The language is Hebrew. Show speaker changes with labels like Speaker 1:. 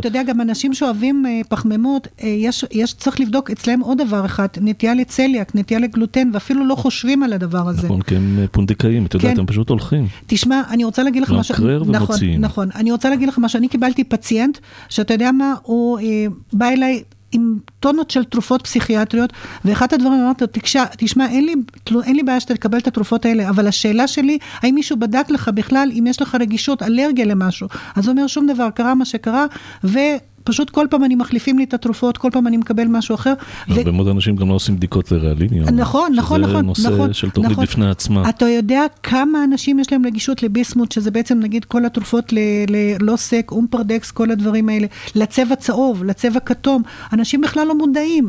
Speaker 1: אתה יודע, גם אנשים שאוהבים אה, פחמימות, יש, צריך לבדוק אצלהם עוד דבר אחד, נטייה לצליאק, נטייה לגלוטן, ואפילו לא חושבים על הדבר הזה.
Speaker 2: נכון, כי הם פונדקאים, אתה יודע,
Speaker 1: כן.
Speaker 2: הם פשוט הולכים.
Speaker 1: תשמע, אני רוצה להגיד לך משהו...
Speaker 2: למקרר לא, ומוציאים.
Speaker 1: נכון, אני רוצה להגיד לך משהו, אני קיבלתי פציינט, שאתה יודע מה, הוא אה, בא אליי עם טונות של תרופות פסיכיאטריות, ואחד הדברים אמרתי לו, תשמע, אין לי בעיה שאתה תקבל את התרופות האלה, אבל השאלה שלי, האם מישהו בדק לך בכלל אם יש לך רגישות, אלרגיה למשהו? אז הוא אומר, שום דבר, קרה מה שקרה, ופשוט כל פעם אני מחליפים לי את התרופות, כל פעם אני מקבל משהו אחר.
Speaker 2: הרבה מאוד אנשים גם לא עושים בדיקות לרעליניה.
Speaker 1: נכון, נכון, נכון.
Speaker 2: שזה נושא של תוכנית בפני עצמה.
Speaker 1: אתה יודע כמה אנשים יש להם רגישות לביסמוט, שזה בעצם נגיד כל התרופות ללוסק, אומפרדקס, כל הדברים האלה, לצבע צהוב, לצבע כתום, אנשים בכלל לא מודעים.